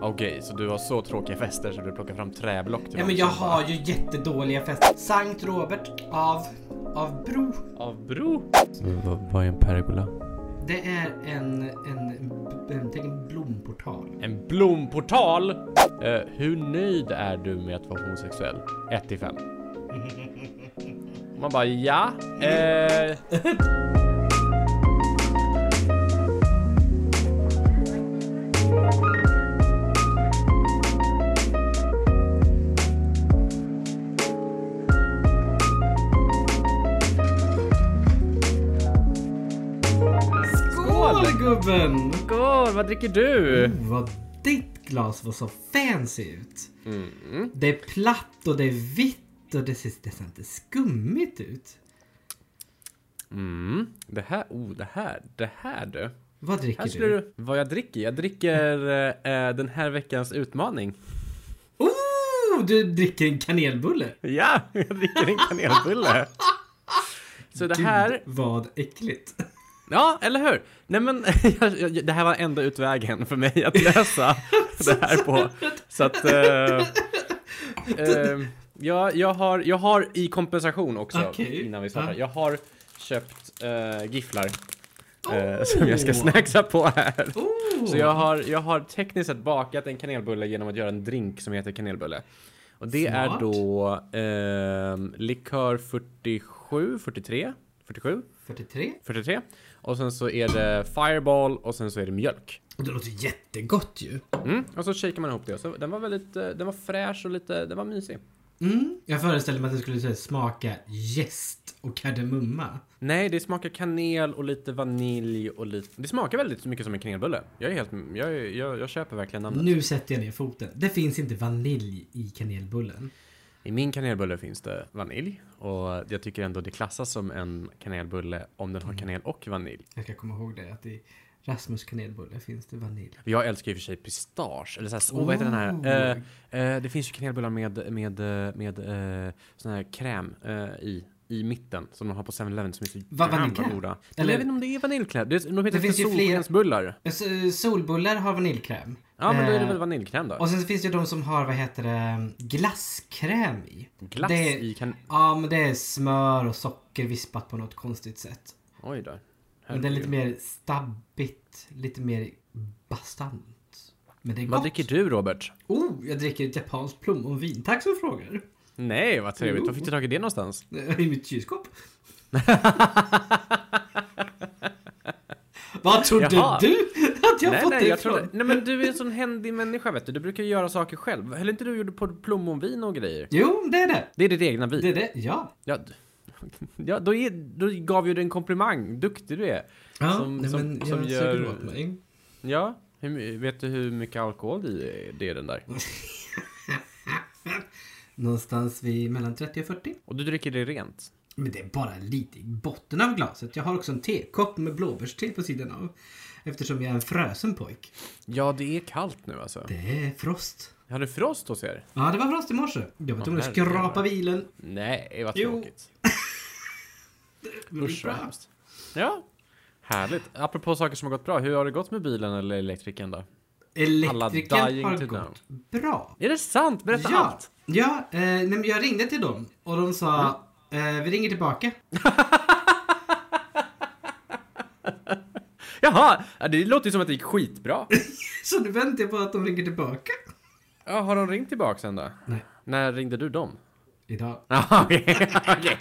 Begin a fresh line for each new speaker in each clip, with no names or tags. Okej, så du har så tråkiga fester så du plockar fram träblock till
Ja
dem
men jag
som bara-
har ju jättedåliga fester. Sankt Robert av, av Bro.
Av bro?
Mm, Vad är en pergola?
Det är en, en, en, tänk en blomportal.
En blomportal? Eh, hur nöjd är du med att vara homosexuell? 1 till 5. Man bara ja. Eh,
Skål gubben!
God, vad dricker du?
Oh, vad ditt glas var så fancy ut.
Mm.
Det är platt och det är vitt och det ser nästan inte skummigt ut.
Mm. Det här, oh det här, det här du.
Vad dricker
Här skulle
du?
du, vad jag dricker? Jag dricker eh, den här veckans utmaning.
Oh, du dricker en kanelbulle.
Ja, jag dricker en kanelbulle. Så det här
Gud, vad äckligt.
Ja, eller hur? Nej men, jag, jag, det här var enda utvägen för mig att lösa det här på. Så att... Eh, eh, jag, jag, har, jag har i kompensation också,
Okej.
innan vi startar.
Ja.
Jag har köpt eh, gifflar. Eh, som jag ska snacksa på här.
Oh.
Så jag har, jag har tekniskt sett bakat en kanelbulle genom att göra en drink som heter kanelbulle. Och det
Smart.
är då eh, likör 47, 43, 47.
43.
43 och sen så är det Fireball och sen så är det mjölk.
Det låter jättegott ju.
Mm. Och så shakar man ihop det och så den var väldigt, eh, den var fräsch och lite, den var mysig.
Mm. Jag föreställde mig att det skulle så här smaka jäst och kardemumma.
Nej, det smakar kanel och lite vanilj och lite, det smakar väldigt mycket som en kanelbulle. Jag är helt, jag, är- jag, jag köper verkligen namnet.
Nu sätter jag ner foten. Det finns inte vanilj i kanelbullen.
I min kanelbulle finns det vanilj och jag tycker ändå det klassas som en kanelbulle om den har kanel och vanilj.
Jag ska komma ihåg det att i Rasmus kanelbulle finns det vanilj.
Jag älskar i och för sig pistage, eller såhär, oh, vad heter den här? Eh, Eh, det finns ju kanelbullar med, med, eh, med eh, sån här kräm eh, i. I mitten som de har på 7-Eleven som är så
Va-
jävla
vaniljkräm?
goda. Eller?
Eller-
Jag vet inte om det är vaniljkräm. Det, är- de heter
Det finns ju flera.
solskensbullar.
Eh, S- Solbullar har vaniljkräm.
Ja men då är det
Eh,
väl vaniljkräm då?
Och sen så finns det ju de som har, vad heter det, glasskräm i.
Glass
det-
i kan...
Ja, men det är smör och socker vispat på något konstigt sätt.
Oj då.
Men det är lite
Herregud.
mer stabbigt, lite mer bastant. Men det är
Vad
gott.
dricker du Robert?
Oh, jag dricker ett japanskt plommonvin. Tack som frågar.
Nej vad trevligt.
Jo.
Var fick du tag i det någonstans?
I mitt kylskåp. Vad trodde
Jaha.
du att jag
nej,
fått
nej,
det
jag
ifrån?
trodde, nej men du är en sån händig människa vet du. Du brukar ju göra saker själv. Höll inte du och gjorde på plommonvin och grejer?
Jo, det är det.
Det är ditt egna vin.
Det är det, ja.
Ja, d- ja då, är, då gav ju du en komplimang. Duktig du är.
ja
Som-
nej,
som-
men jag
som
suger
gör-
åt mig.
Ja, hur, my- vet du hur mycket alkohol det är- det är den där?
Någonstans vid mellan 30 och 40.
Och du dricker det rent?
Men det är bara lite i botten av glaset. Jag har också en tekopp med blåbärste på sidan av. Eftersom jag är en frösen pojk.
Ja, det är kallt nu alltså.
Det är frost.
Har du frost hos er?
Ja, det var frost i morse. Jag var tvungen att
herregud.
skrapa bilen.
Nej, vad
Jo.
tråkigt.
Men
Usch vad
bra.
hemskt. Ja, härligt. Apropå saker som har gått bra, hur har det gått med bilen eller elektrikern då? Alla
Elektrikern
dying
har
to
gått bra.
Är det sant? Berätta
Ja,
allt!
ja eh, nej, men jag ringde till dem och de sa
Mm.
eh, vi ringer tillbaka.
Jaha, ja, det låter ju som att det gick skitbra.
Så nu väntar jag på att de ringer tillbaka.
Ja, har de ringt tillbaka sen då?
Nej,
När ringde du dem?
idag.
Ja, okej. okej.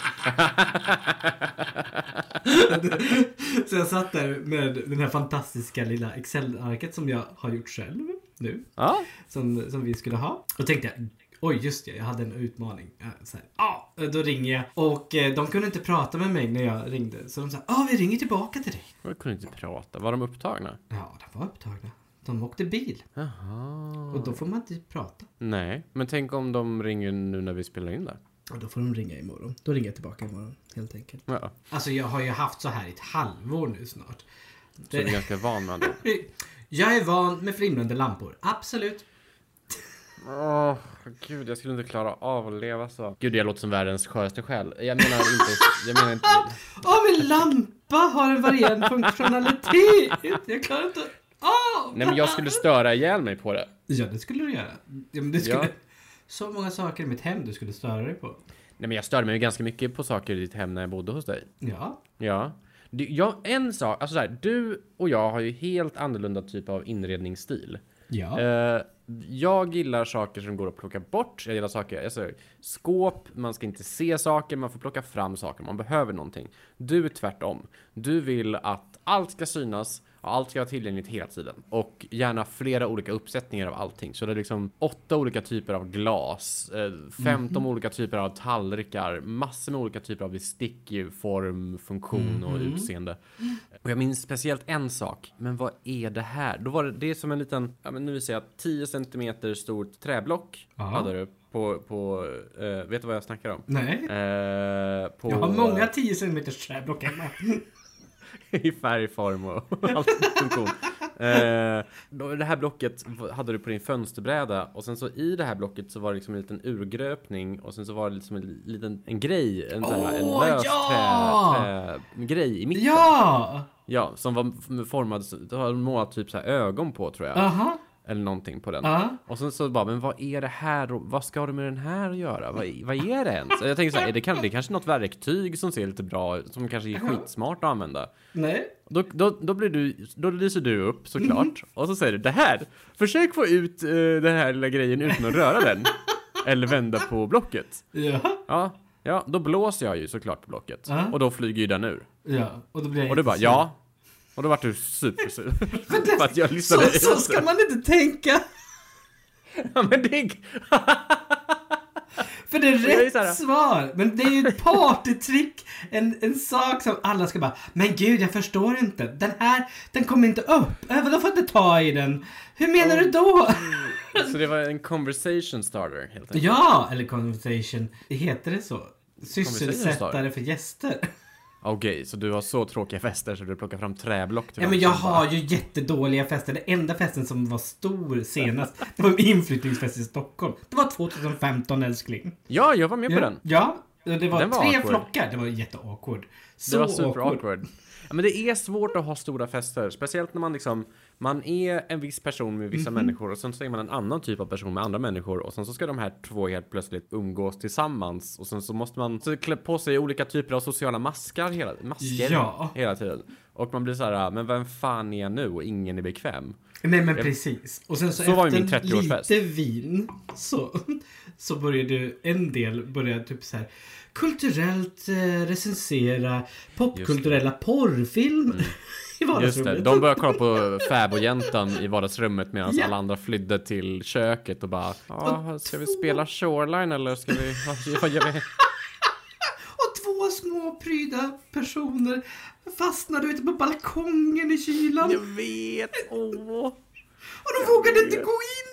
Så jag satt där med den här fantastiska lilla Excel-arket som jag har gjort själv nu.
Ja,
Som, som vi skulle ha. Och tänkte jag, oj just det, jag hade en utmaning. Ja, Så här, ja, eh, då ringer jag. Och eh, de kunde inte prata med mig när jag ringde. Så de sa, ja vi ringer tillbaka till dig.
jag kunde inte prata. Var de upptagna?
Ja, de var upptagna. De åkte bil.
Jaha.
Och då får man inte prata.
Nej, men tänk om de ringer nu när vi spelar in där.
Och då får de ringa imorgon. Då ringer jag tillbaka imorgon, helt enkelt.
Ja,
Alltså jag har ju haft så här i ett halvår nu snart.
så du är ganska van med det.
Jag är van med flimrande lampor, absolut.
Åh, gud, jag skulle inte klara av att leva så. Gud, jag låter som världens sköraste själ. Jag menar inte... Jag menar inte...
Om en lampa har en varierande funktionalitet! Jag klarar inte Åh!
Nej men jag skulle störa ihjäl mig på det.
Ja, det skulle du göra. Ja, men det skulle...
Ja.
Så många saker i mitt hem du skulle störa dig på.
Nej men jag störde mig ju ganska mycket på saker i ditt hem när jag bodde hos dig.
Ja.
Ja. Du, jag, en sak, alltså så här, du och jag har ju helt annorlunda typ av inredningsstil.
Ja.
Eh, jag gillar saker som går att plocka bort. Jag gillar saker, alltså, skåp, man ska inte se saker, man får plocka fram saker om man behöver någonting. Du är tvärtom. Du vill att allt ska synas och allt ska vara tillgängligt hela tiden. Och gärna flera olika uppsättningar av allting. Så det är liksom åtta olika typer av glas, eh, 15 olika typer av tallrikar, massor med olika typer av bestick, i form, funktion och utseende. Och jag minns speciellt en sak. Men vad är det här? Då var det, det är som en liten, ja men nu vill säga 10 centimeter stort träblock.
Ja.
Hade du på, på eh, vet du vad jag snackar om?
Nej.
Eh, på,
Jag har många 10 cm träblock hemma.
I färgform och allt funktion. Eh, då- det här blocket hade du på din fönsterbräda och sen så i det här blocket så var det liksom en liten urgröpning och sen så var det liksom en liten en grej, en, sån här, en
Åh,
lös
ja!
trä, trä, grej i mitten.
Ja!
Ja, som var f- formad, så- det har målat typ så här ögon på tror jag.
Aha.
Eller någonting på den.
Ja.
Och sen så bara, men vad är det här och vad ska du med den här att göra? Vad, vad är det ens? Jag tänker så här, är det, kan, det är kanske något verktyg som ser lite bra ut, som kanske är skitsmart att använda.
Nej.
Då, då, då, blir du, då lyser du upp såklart
Mhm.
och så säger du det här, försök få ut eh, den här lilla grejen utan att röra den. Eller vända på blocket.
Ja.
Ja, ja, då blåser jag ju såklart på blocket.
Ja.
Och då flyger ju den ur.
Ja. Och då blir jag
Och du bara
jättesur.
ja. Och då vart du supersur. För att jag
Så,
lyssnade.
så ska man inte tänka.
Ja, men det är...
För det är
Det är ju
rätt
så här-
svar! Men det är ju ett partytrick! En, en sak som alla ska bara Men gud, jag förstår inte. Den här, den kommer inte upp. Äh, vadå får jag inte ta i den? Hur menar du då?
Så det var en conversation starter helt enkelt.
Ja, eller conversation. Heter det så? Sysselsättare
starter.
för gäster.
Okej, så du har så tråkiga fester så du plockar fram träblock till
Ja, men jag har ju jättedåliga fester. Den enda festen som var stor senast, det var min inflyttningsfest i Stockholm. Det var 2015 älskling.
Ja, jag var med
Ja,
på den.
ja det var,
Den var
tre
awkward.
flockar. Det var jätteawkward. Så
Det var super
awkward.
awkward. Ja, men det är svårt att ha stora fester, speciellt när man liksom man är en viss person med vissa
Mhm.
människor och sen så är man en annan typ av person med andra människor och sen så ska de här två helt plötsligt umgås tillsammans och sen så måste man så klä på sig olika typer av sociala maskar hela, masker
Ja.
hela tiden. Och man blir så här, "Ah, men vem fan är jag nu? Och ingen är bekväm.
Nej men precis. Och sen så,
Så var ju
efter
min 30-årsfest.
lite vin så, så började du, en del började typ så här kulturellt eh, recensera popkulturella porrfilmer i
Mm. Just
vardagsrummet.
det, de började kolla på Fäbodjäntan i vardagsrummet medan
Ja.
alla andra flydde till köket och bara Ja, ska vi
två-
spela Shoreline eller ska vi... Vad gör vi?
Och två små pryda personer fastnade ute på balkongen i kylan.
Jag vet, åh.
Och de vågade inte gå in.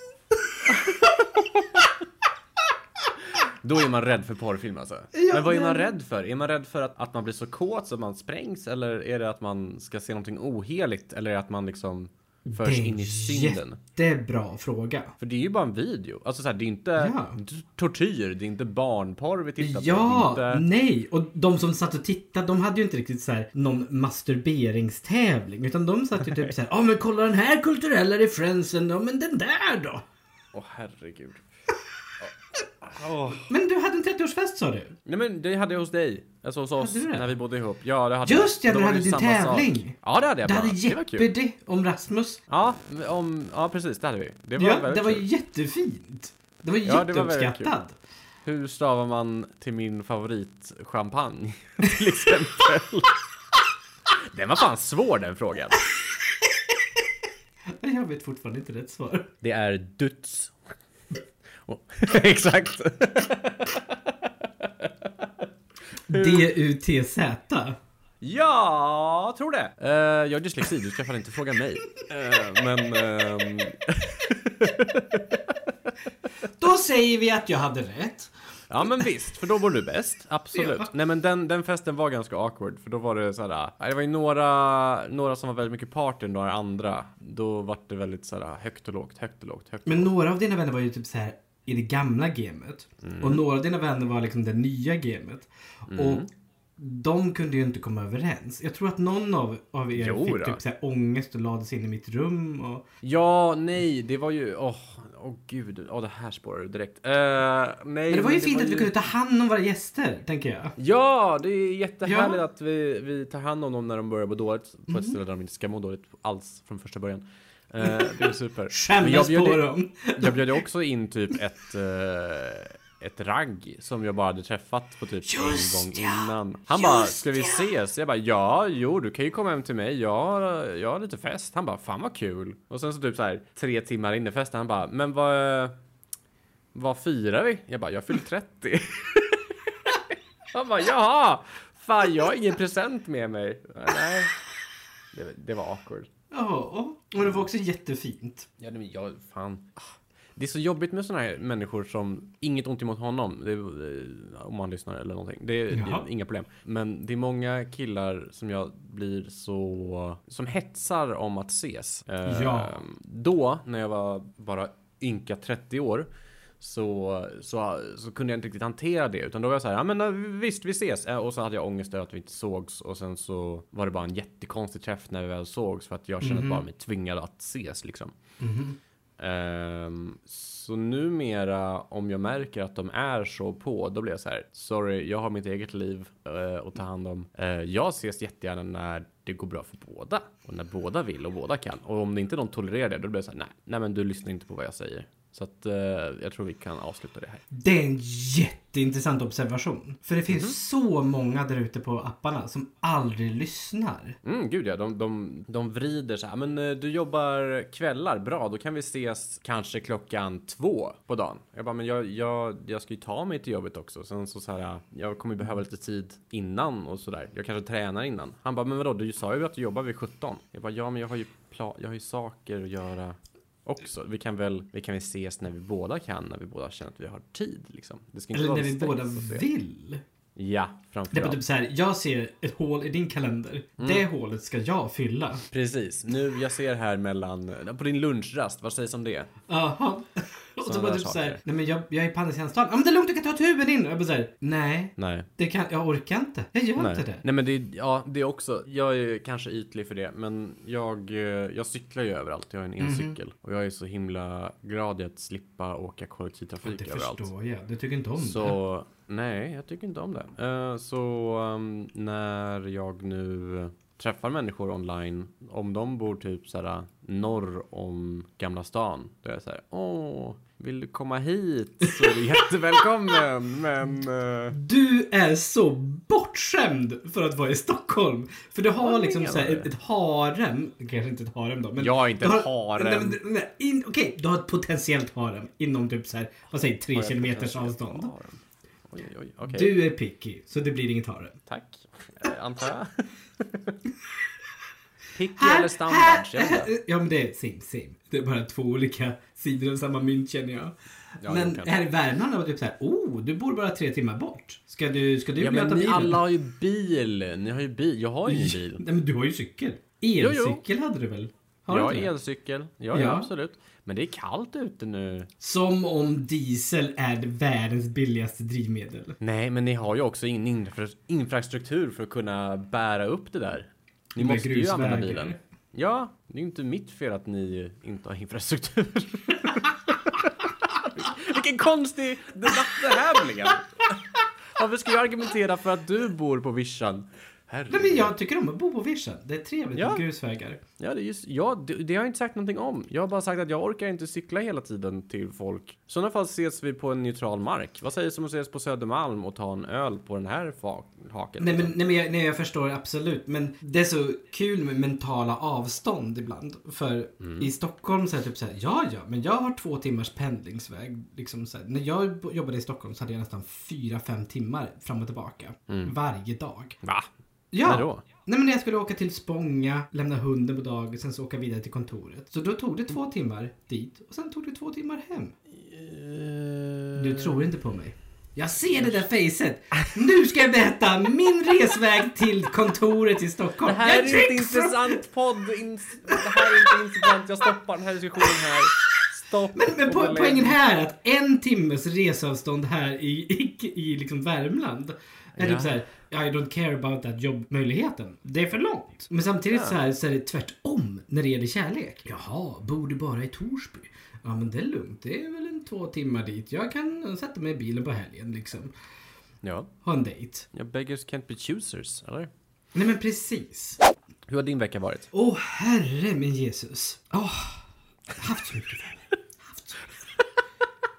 Då är man rädd för porrfilm alltså. men vad är man rädd för? Är man rädd för att, att man blir så kåt så att man sprängs? Eller är det att man ska se någonting oheligt? Eller är det att man liksom förs in i synden?
jättebra fråga.
För det är ju bara en video. Alltså så här, det är inte
Ja.
det är tortyr, det är inte barnporr vi tittar
Ja,
på. Det är inte...
nej. Och de som satt och tittade, de hade ju inte riktigt så här någon masturberingstävling. Utan de satt ju typ så här, ja men kolla den här kulturella referensen, ja men den där då.
Åh herregud. Åh. Åh.
Men du hade en 30-årsfest sa du?
Nej men det hade jag hos dig. Alltså hos oss
Hade du det?
när vi bodde ihop. Ja det hade
Just
jag.
ja,
Då
du
var
hade
det
din
samma sak.
tävling.
Ja det hade jag
Det hade
bland annat. Det var kul.
Jeopardy om Rasmus.
Ja, om, ja precis det hade vi. Det var
Ja,
väldigt
det var
kul.
jättefint. Det var
Ja, det var väldigt
jätteuppskattad.
Hur stavar man till min favoritchampagne? till exempel. den var fan svår den frågan.
Men jag vet fortfarande inte rätt svar.
Det är duts. Och- Exakt.
D-U-T-Z.
Ja, tror det. Eh, jag har dyslexi, du ska fan inte fråga mig. Eh, men... ehm,
Då säger vi att jag hade rätt.
Ja men visst, för då mår du bäst. Absolut.
Ja.
Nej men den, den festen var ganska awkward för då var det såhär, det var ju några, några som var väldigt mycket party än några andra. Då var det väldigt såhär högt och lågt, högt och lågt, högt och
Men några av dina vänner var ju typ så här Mm. i det gamla gamet. Och några av dina vänner var liksom det nya gamet. Och de kunde ju inte komma överens. Jag tror att någon av, av er
Jo
fick
då.
typ så här ångest och lades in i mitt rum. Och,
Ja, nej, det var ju... Åh, åh gud. Åh, det här spårar du direkt. Eh, nej,
men det var ju fint att vi kunde ta hand om våra gäster, tänker jag.
Ja, det är jättehärligt
Ja. Mhm.
att vi, vi tar hand om dem när de börjar må dåligt. På ett ställe där de inte ska må dåligt alls från första början. Eh, det är super. Men jag
Skämmas
bjöd
på
i-
dem.
Jag bjöd ju också in typ ett, eh, ett ragg som jag bara hade träffat på typ en gång innan. Han bara, ska vi ses? Jag bara, ja, jo, du kan ju komma hem till mig. Jag har, jag har lite fest. Han bara, fan vad kul. Och sen så typ så här tre timmar in i festen, han bara, men vad, vad firar vi? Jag bara, jag fyller 30. han bara, jaha, fan jag har ingen present med mig. Jag bara, Nej, det, det var awkward.
Ja, och det var också jättefint.
Ja, men jag, fan. Ah. Det är så jobbigt med såna här människor som, inget ont emot honom, det är, eh, om man lyssnar eller någonting. Det är, det
Jaha.
är inga problem. Men det är många killar som jag blir så, som hetsar om att ses. Eh,
Ja.
Då, när jag var bara ynka 30 år, så, så, så kunde jag inte riktigt hantera det. Utan då var jag så här, ja men eh, visst vi ses. Eh, Och så hade jag ångest över att vi inte sågs. Och sen så var det bara en jättekonstig träff när vi väl sågs. För att jag kände
Mhm.
bara mig tvingad att ses liksom.
Mm-hmm.
Ehm, så numera om jag märker att de är så på, då blir jag så här. Sorry, jag har mitt eget liv eh, att ta hand om. Eh, jag ses jättegärna när det går bra för båda. Och när båda vill och båda kan. Och om det inte de tolererar det, då blir jag så här. Nej, nej men du lyssnar inte på vad jag säger. Så att eh, jag tror vi kan avsluta det här.
Det är en jätteintressant observation. För det finns så många där ute på apparna som aldrig lyssnar.
Mm, gud ja, de, de, de vrider så här. Men eh, du jobbar kvällar, bra, då kan vi ses kanske klockan två på dagen. Jag bara, men jag, jag, jag ska ju ta mig till jobbet också. Sen så, så här, "Ah, jag kommer ju behöva lite tid innan och sådär. Jag kanske tränar innan. Han bara, men vadå, du sa ju att du jobbar vid 17. Jag bara, ja, men jag har ju, pla- jag har ju saker att göra också. Vi kan väl, vi kan väl ses när vi båda kan, när vi båda känner att vi har tid liksom. Det ska inte
Eller
vara
när vi
stress
båda
att se.
vill.
Ja,
Det är bara
framförallt.
typ så här, jag ser ett hål i din kalender.
Mm.
Det hålet ska jag fylla.
Precis, nu jag ser här mellan, på din lunchrast, vad sägs om det?
Jaha. Och så
Sådana
bara
där
typ såhär,
saker.
nej men jag, jag är på andra sidan stan. Ja men det är lugnt, du kan ta tuben in. Och jag bara såhär, nej.
Nej.
Det kan, jag orkar inte. Jag gör
Nej.
inte det.
Nej men det är, ja det är också, jag är ju kanske ytlig för det men jag, eh, jag cyklar ju överallt, jag har en
Mhm.
elcykel och jag är så himla glad i att slippa åka kollektivtrafik
Det
överallt.
förstår jag. Du tycker inte om det.
Så nej, jag tycker inte om det. Eh, så ehm, när jag nu träffar människor online, om de bor typ såhär norr om Gamla stan, då är jag såhär, åh, vill du komma hit så är du jättevälkommen, men eh,
Du är så bortskämd för att vara i Stockholm. För du har
Vad
liksom
menar
så här
du?
ett, ett harem. Kanske inte ett harem då. Men
Jag har inte
du
ett harem.
Nej, men, du- nej, in- Okej, du har ett potentiellt harem inom typ så här, vad säger tre
Har jag
kilometers
potentiellt
avstånd.
harem? Oj, oj, oj. Okej,
Du är picky, så det blir inget harem.
tack. Eh, antar jag. Picky
Här-
eller standard? Jag vet inte.
Ja men det är same same. Det är bara två olika sidor av samma mynt känner jag.
Ja,
men
jo, kanske.
här i Värmland var det typ såhär, oh, du bor bara tre timmar bort. Ska du, ska du
Ja,
vilja ta
men ni
bilen?
alla har ju bil. Ni har ju bil. Jag har ju ingen bil.
Nej men du har ju cykel.
jo.
Elcykel hade du väl? Har
jag
du
har
inte det?
elcykel. Ja, ja,
Ja.
absolut. Men det är kallt ute nu.
Som om diesel är det världens billigaste drivmedel.
Nej, men ni har ju också ingen infra- infrastruktur för att kunna bära upp det där. Ni
Med
måste ju använda
grusvägar.
bilen. Ja, det är ju inte mitt fel att ni inte har infrastruktur. Vilken konstig debatt det här blev. Varför ska jag argumentera för att du bor på vischan?
Nej
Herregud.
men jag tycker om att bo på vischan. Det är trevligt
Ja.
med grusvägar.
Ja, det, är just, ja det, det har jag inte sagt någonting om. Jag har bara sagt att jag orkar inte cykla hela tiden till folk. I sådana fall ses vi på en neutral mark. Vad sägs om att ses på Södermalm och ta en öl på den här fa- haken? liksom?
Nej men, nej, men jag, nej, jag förstår absolut. Men det är så kul med mentala avstånd ibland. För
Mm.
i Stockholm så är det typ så här, ja ja, men jag har två timmars pendlingsväg. Liksom så här, när jag bo- jobbade i Stockholm så hade jag nästan fyra, fem timmar fram och tillbaka. Varje dag.
Va?
Ja.
Mm. När då?
Nej men när jag skulle åka till Spånga, lämna hunden på dagis, sen så åka vidare till kontoret. Så då tog det två timmar dit och sen tog det två timmar hem.
Eh,
Du tror inte på mig. Jag ser det där facet. Nu ska jag berätta min resväg till kontoret i Stockholm.
Det här
jag
är
gick
inte intressant podd. Ins- det här är inte intressant. Jag stoppar den här diskussionen här. stopp.
Men, men
och
po-
bara le-
poängen här är att en timmes reseavstånd här i, i, i liksom Värmland är
Ja.
typ så här, I don't care about that jobbmöjligheten. Det är för långt. Men samtidigt
Ja.
så, här, så är det tvärtom när det gäller kärlek. Jaha, bor du bara i Torsby? Ja men det är lugnt, det är väl en två timmar dit. Jag kan sätta mig i bilen på helgen liksom.
Ja.
Ha en dejt.
ja, beggars can't be choosers, eller?
Nej men precis.
Hur har din vecka varit?
Åh herre min Jesus. Åh, haft så mycket för mig.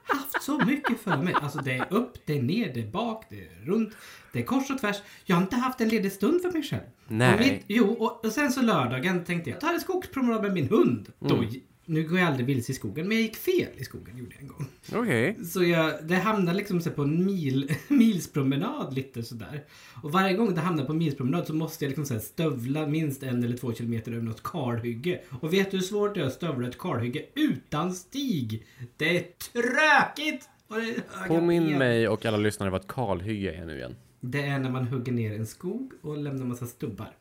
Haft så mycket för mig. Haft så mycket för mig. Alltså det är upp, det är ner, det är bak, det är runt, det är kors och tvärs. Jag har inte haft en ledig stund för mig själv.
Nej.
Och mitt, jo, och, och sen så lördagen tänkte jag, jag tar en skogspromenad med min hund. Då, nu går jag aldrig vilse i skogen, men jag gick fel i skogen gjorde jag en gång.
Okej.
Så jag, det hamnar liksom så på en mil, milspromenad lite sådär. Och varje gång det hamnar på en milspromenad så måste jag liksom så här stövla minst en eller två kilometer över något kalhygge. Och vet du hur svårt det är att stövla ett kalhygge utan stig? Det är trökigt! Och det är höga ben.
Påminn mig och alla lyssnare vad ett kalhygge är nu igen.
Det är när man hugger ner en skog och lämnar massa stubbar.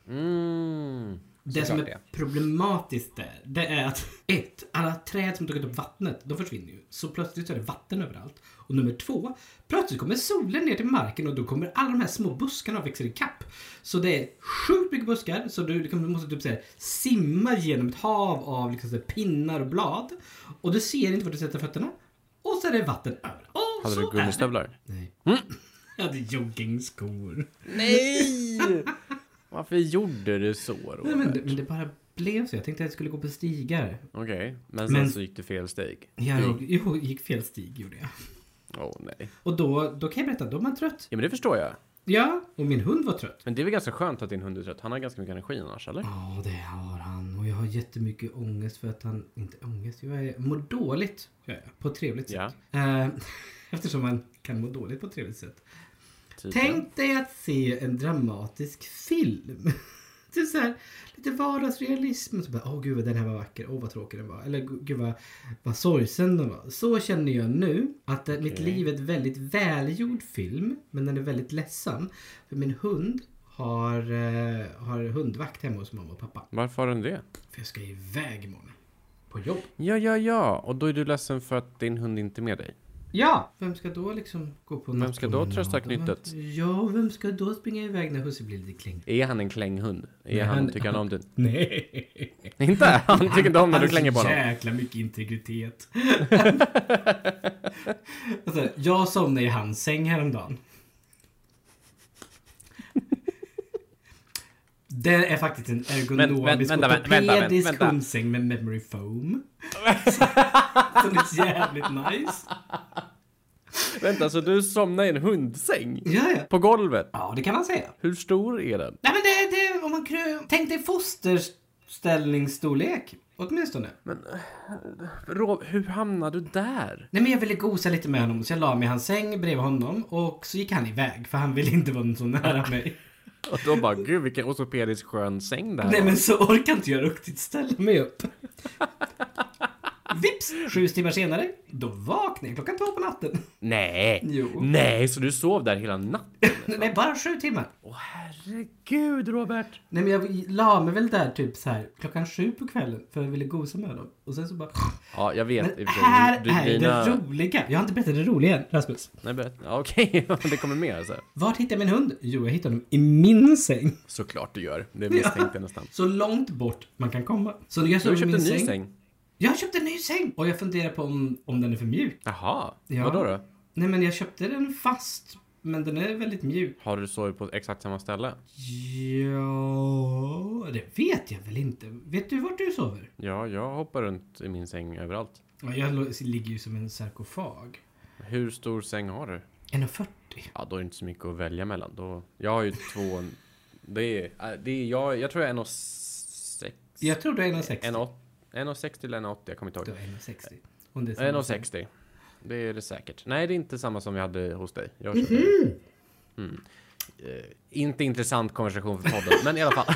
Mm.
Det som är
Såklart det.
problematiskt där, det är att ett, alla träd som tagit upp vattnet, de försvinner ju. Så plötsligt så är det vatten överallt. Och nummer två, plötsligt kommer solen ner till marken och då kommer alla de här små buskarna och växer i kapp. Så det är sjukt mycket buskar, så du, liksom, du måste typ så här, simma genom ett hav av liksom, så här, pinnar och blad. Och du ser inte vart du sätter fötterna. Och så är det vatten överallt. Och
Hade
så
du
är det-
gummistövlar?
Nej.
Mm.
Jag hade joggingskor.
Nej! Varför gjorde du så, Robert?
Nej, men, det, men det bara blev så. Jag tänkte att jag skulle gå på stigar.
Okej, men sen
Men-
så gick du fel steg.
Jag gick, jo, gick fel stig gjorde jag.
Åh oh, nej.
Och då, då kan jag berätta, då är man trött.
Ja men det förstår jag.
Ja, och min hund var trött.
Men det är väl ganska skönt att din hund är trött. Han har ganska mycket energi annars, eller?
Ja, det har han. Och jag har jättemycket ångest för att han... Inte ångest, jag är, mår dåligt. gör jag, På ett trevligt
Ja.
sätt. Eh, eftersom man kan må dåligt på ett trevligt sätt.
Tydligen.
Tänk dig att se en dramatisk film. Det är så här, lite vardagsrealism. Och Så bara, åh gud vad den här var vacker. Åh vad tråkig den var. Eller gud vad, vad sorgsen den var. Så känner jag nu. Att eh, mitt
Okej.
liv är ett väldigt välgjord film. Men den är väldigt ledsam. För min hund har, eh, har hundvakt hemma hos mamma och pappa.
Varför har den det?
För jag ska iväg imorgon. På jobb.
Ja, ja, ja. Och då är du ledsen för att din hund inte är med dig.
Ja! Vem ska då liksom gå på
Vem ska då
nattpromenad?
trösta knyttet?
Ja, vem ska då springa iväg när husse blir lite kling?
Är han en klänghund? Är
Nej,
han,
han- Alltså,
tycker han om dig?
Nej.
Inte? Han tycker inte om när du
Han har
klänger på
så
honom?
jäkla mycket integritet. alltså, jag somnade i hans säng häromdagen. Det är faktiskt en ergonomisk
vänta, vänta, vänta,
ortopedisk
vänta.
hundsäng med memory foam. Som är jävligt nice.
Vänta, så du somnar i en hundsäng?
Ja, ja.
På golvet?
Ja, det kan man säga.
Hur stor är den?
Nej, men det, det om man krö... Tänk dig fosterställningsstorlek. Åtminstone.
Rob, hur hamnade du där?
Nej men jag ville gosa lite med honom så jag la mig i hans säng bredvid honom och så gick han iväg för han ville inte vara så nära mig.
Och då bara, gud vilken ortopedisk skön säng det här
Nej
var.
men så orkar inte jag riktigt ställa mig upp. Vips! Sju timmar senare, då vaknade jag klockan två på natten.
Nej!
Jo.
Nej, så du sov där hela natten?
Nej, bara sju timmar.
Åh herregud Robert!
Nej men jag la mig väl där typ så här klockan sju på kvällen för jag ville gosa med honom. Och sen så bara...
Ja, jag vet. i
Men
och för sig.
här
Du-
är
dina-
det roliga! Jag har inte berättat det roliga än, Rasmus.
Nej, berätta. Ja, Okej, det kommer mer alltså.
Vart hittade jag min hund? Jo, jag hittade honom i min säng.
Såklart du gör. Det misstänkte jag nästan.
Så långt bort man kan komma. Så jag
Du har
sov i
köpt
min
en ny
säng.
säng.
Jag har köpt en ny säng! Och jag funderar på om, om den är för mjuk.
Jaha,
Ja.
vadå då?
Nej men jag köpte den fast, men den är väldigt mjuk.
Har du sovit på exakt samma ställe?
Ja, det vet jag väl inte. Vet du vart du sover?
Ja, jag hoppar runt i min säng överallt.
Ja, jag lo- ligger ju som en sarkofag.
Hur stor säng har du?
1,40.
Ja, då är det inte så mycket att välja mellan. Då, jag har ju två... Det är... äh, Det är jag, jag tror jag är 1,60.
Jag tror du är 1,60.
1,60 eller 1,80, jag kommer inte
Du är
ihåg.
1,60. Om det är samma säng.
1,60. Det är det säkert. Nej, det är inte samma som vi hade hos dig. Jag körde...
Mhm.
Mm. Eh, inte intressant konversation för podden, men i alla fall.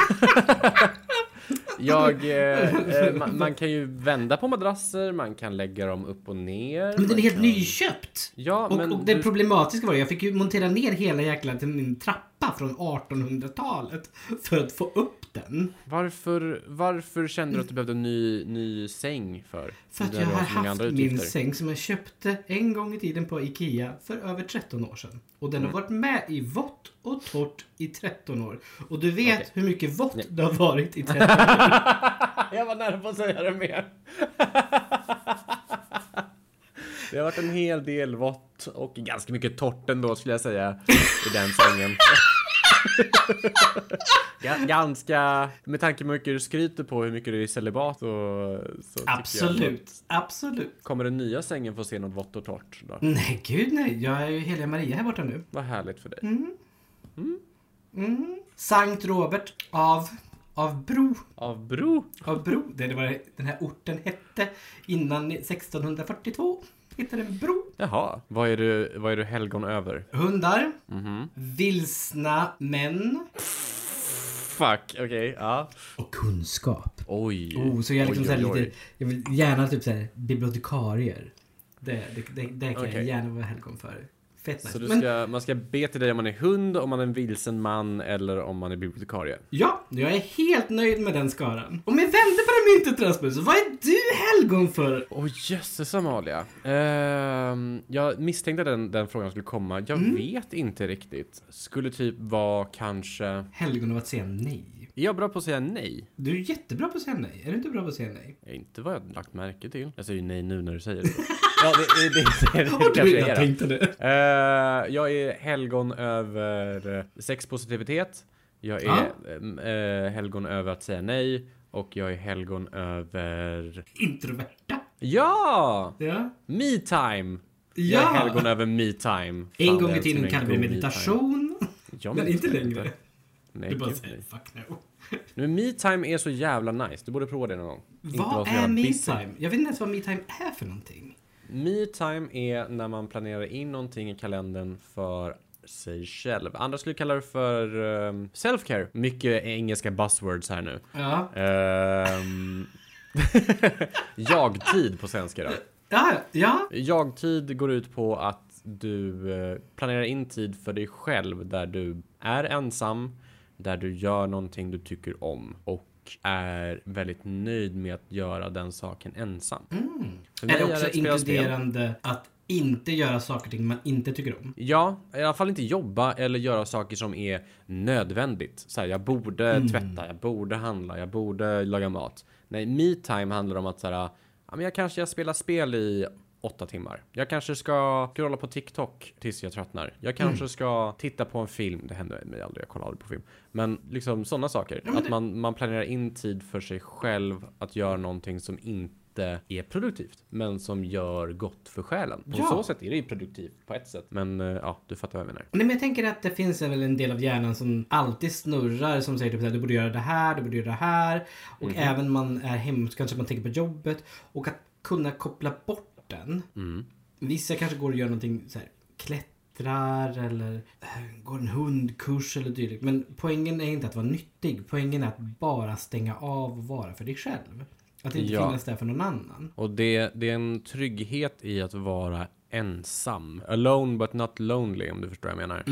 Jag, eh, eh, man, man kan ju vända på madrasser, man kan lägga dem upp och ner.
Men den
man
är helt
kan...
nyköpt!
Ja,
Och,
men
och det
du-
problematiska var det, jag fick ju montera ner hela jäkla till min trappa lampa från 1800-talet för att få upp den.
Varför, varför kände du att du behövde en ny, ny säng för?
För att
När
jag
du
har
så många
haft
andra
min
utgifter.
säng som jag köpte en gång i tiden på Ikea för över 13 år sedan. Och den
Mm.
har varit med i vått och torrt i 13 år. Och du vet
Okej.
hur mycket vått
Nej.
det har varit i 13 år.
jag var nära på att säga det mer. det har varit en hel del vått och ganska mycket torrt ändå skulle jag säga i den sängen. Ga- Ganska, med tanke på hur mycket du skryter på hur mycket du är celibat och så tycker jag att-
Absolut, absolut.
Kommer den nya sängen få se något vått och torrt då?
Nej, gud nej. Jag är ju heliga Maria här borta nu.
Vad härligt för dig.
Mm. Sankt Robert av, av Bro.
Av Bro?
Av Bro. Det är vad den här orten hette innan 1642. Hittade en bro.
Jaha, vad är du, vad är du helgon över?
Hundar.
Mhm.
Vilsna män.
Fuck, okej, ja.
Och kunskap.
Oj.
Oh, så jag är liksom
Oj,
så här
oj, oj.
lite, jag vill gärna typ såhär bibliotekarier. Det, det, det, det kan jag
Okej.
gärna vara helgon för. Fett nice.
Så du
Men
ska, man ska be till dig om man är hund, om man är en vilsen man eller om man är bibliotekarie.
ja, jag är helt nöjd med den skaran. Om vi vänder på det myntet Rasmus, vad är du helgon för?
Åh jösses Amalia. Ehm, jag misstänkte att den, den frågan skulle komma. Jag vet inte riktigt. Skulle typ vara kanske...
Helgon av att säga nej.
Är jag bra på att säga nej?
Du är jättebra på att säga nej. Är du inte bra på att säga nej?
Inte vad jag lagt märke till. Jag säger ju nej nu när du säger det. ja, det, det, det, det, det,
Och
kanske
du,
jag är
jag
då.
tänkte det.
Eh, jag är helgon över eh, sexpositivitet. Jag är
Ja.
em, eh, helgon över att säga nej. Och jag är helgon över...
Introverta.
Ja!
Ja.
Me time! Jag är helgon
Ja.
över me time.
En
Fan,
gång
det är
i tiden
som en
kallade vi
god me time.
meditation.
Ja,
Men inte längre.
Nej,
Du bara
gud,
säger
nej.
fuck no.
Nu, me time är så jävla nice. Du borde prova det någon gång. Inte vara
Vad
så jävla
är me
busy.
time? Jag vet inte ens vad me time är för någonting.
Me time är när man planerar in någonting i kalendern för sig själv. Andra skulle kalla det för ehm, self-care. Mycket engelska buzzwords här nu.
Ja.
Ehm, Jagtid på svenska då.
Ja, ja.
Jagtid går ut på att du eh, planerar in tid för dig själv där du är ensam, där du gör någonting du tycker om och är väldigt nöjd med att göra den saken ensam. För mig
Är det
att
Mm. också
spela spel.
inkluderande att inte göra saker och ting man inte tycker om?
Ja, i alla fall inte jobba eller göra saker som är nödvändigt. Så här, jag borde tvätta, jag borde handla, jag borde laga mat. Nej, me time handlar om att så här, ja, men jag kanske jag spelar spel i åtta timmar. Jag kanske ska scrolla på TikTok tills jag tröttnar. Jag kanske ska titta på en film. Det händer mig aldrig, jag kollar aldrig på film. Men liksom sådana saker. Att man, man planerar in tid för sig själv att göra någonting som inte är produktivt, men som gör gott för själen. På
Ja.
så sätt är det ju produktivt på ett sätt. Men eh, ja, du fattar vad jag menar.
Nej, men jag tänker att det finns väl en del av hjärnan som alltid snurrar som säger typ såhär, du borde göra det här, du borde göra det här. Och
Mhm.
även man är hemma så kanske man tänker på jobbet. Och att kunna koppla bort den.
Mm.
Vissa kanske går och gör någonting så här, klättrar eller eh, går en hundkurs eller dylikt. Men poängen är inte att vara nyttig. Poängen är att bara stänga av och vara för dig själv. Att inte
Ja.
finnas där för någon annan.
Och det, det är en trygghet i att vara ensam. Alone but not lonely, om du förstår vad jag menar.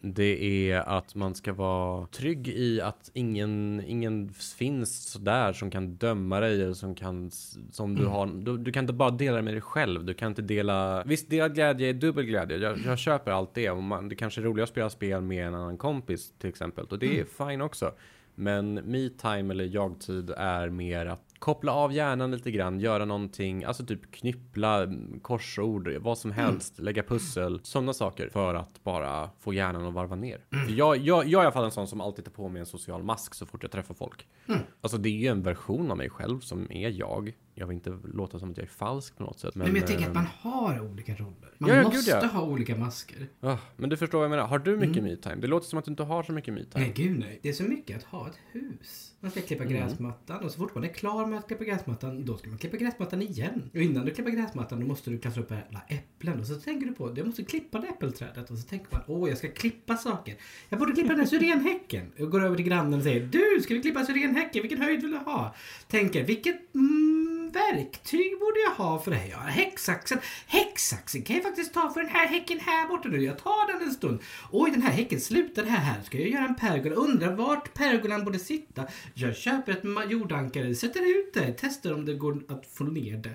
Det är att man ska vara trygg i att ingen, ingen finns sådär som kan döma dig eller som kan, som du har, du, du kan inte bara dela det med dig själv. Du kan inte dela, visst delad glädje är dubbel glädje. Jag, jag köper allt det. Och man, det kanske är roligare att spela spel med en annan kompis till exempel. Och det är fine också. Men me time eller jag-tid är mer att koppla av hjärnan lite grann, göra någonting, alltså typ knyppla mm, korsord, vad som
Mm.
helst, lägga pussel, sådana saker för att bara få hjärnan att varva ner. För Jag, jag, jag är i alla fall en sån som alltid tar på mig en social mask så fort jag träffar folk.
Mm.
Alltså det är ju en version av mig själv som är jag. Jag vill inte låta som att jag är falsk på något sätt. Men,
Men, jag tänker
eh,
att man har olika roller. Man
Ja, ja, gud,
måste
ja.
ha olika masker.
ah, men du förstår vad jag menar. Har du mycket
Mm.
me-time? Det låter som att du inte har så mycket me-time.
Nej, gud nej. Det är så mycket att ha ett hus. Man ska
Mm.
klippa gräsmattan och så fort man är klar med att klippa gräsmattan, då ska man klippa gräsmattan igen. Och innan du klipper gräsmattan, då måste du kasta upp alla äpplen. Och så tänker du på, jag måste klippa det äppelträdet. Och så tänker man, åh, jag ska klippa saker. Jag borde klippa den här syrenhäcken. Jag går över till grannen och säger, du, ska vi klippa syrenhäcken? Vilken höjd vill du ha? Tänker, vilket mm, verktyg borde jag ha för det här? Jag har häcksaxen. Häcksaxen! axaxeln kan jag faktiskt ta för den här häcken här borta nu. Jag tar den en stund. Oj, den här häcken slutade här. Här ska jag göra en pergola. Undrar vart pergolan borde sitta. Jag köper ett ma- jordankare, sätter ut det, testar om det går att få ner det.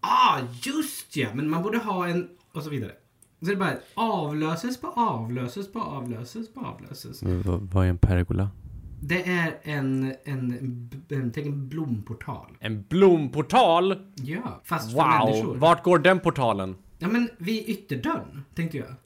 Ah, just ja, men man borde ha en... Och så vidare. Så det är bara avlöses på avlöses på avlöses på avlöses.
V- v- Vad är en pergola?
Det är en, en, en, tänk en blomportal.
En blomportal?
Ja, fast för
Wow!
människor.
Vart går den portalen?
Ja, men vid ytterdörren, tänkte jag.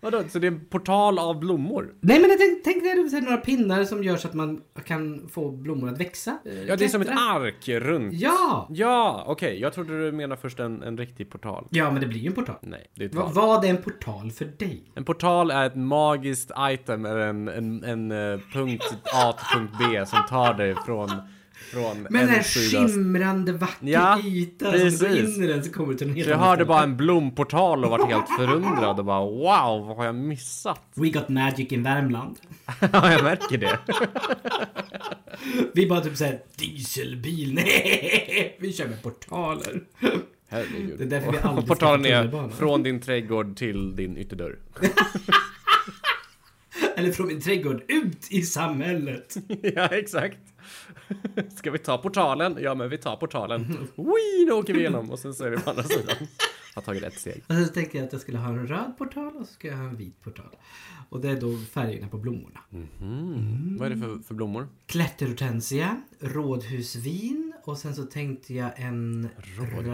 Vadå, så det är en portal av blommor?
Nej, men jag tänk, tänk dig så här några pinnar som gör så att man kan få blommor att växa. eh,
Ja, det är som ett
klättra.
ark runt.
Ja!
Ja, okej. Jag trodde du menade först en, en riktig portal.
Ja, men det blir ju en portal.
Nej, det är ett
Va,
val.
vad är en portal för dig?
En portal är ett magiskt item, eller en, en, en eh, punkt A till punkt B som tar dig från, från
Men den här
sida.
skimrande vacker
Ja,
ytan som du går
precis.
in i den så kommer du till en helt
Jag
annan
hörde
ställe.
bara en blomportal och vart helt förundrad och bara wow, vad har jag missat?
We got magic in Värmland.
Ja, jag märker det.
Vi bara typ såhär dieselbil, nej! Vi kör med portaler.
Herregud.
Det är därför vi
Och
aldrig
Portalen
ska på
är
tunnelbanan.
från din trädgård till din ytterdörr.
Eller från min trädgård ut i samhället.
ja, exakt. Ska vi ta portalen? Ja, men vi tar portalen. Wii, nu åker vi igenom och sen så är vi på andra sidan. Har tagit ett steg.
Och så tänkte jag att jag skulle ha en röd portal och så ska jag ha en vit portal. Och det är då färgerna på blommorna. Mm.
Vad är det för, för blommor?
Klätterhortensia, rådhusvin och sen så tänkte jag en röd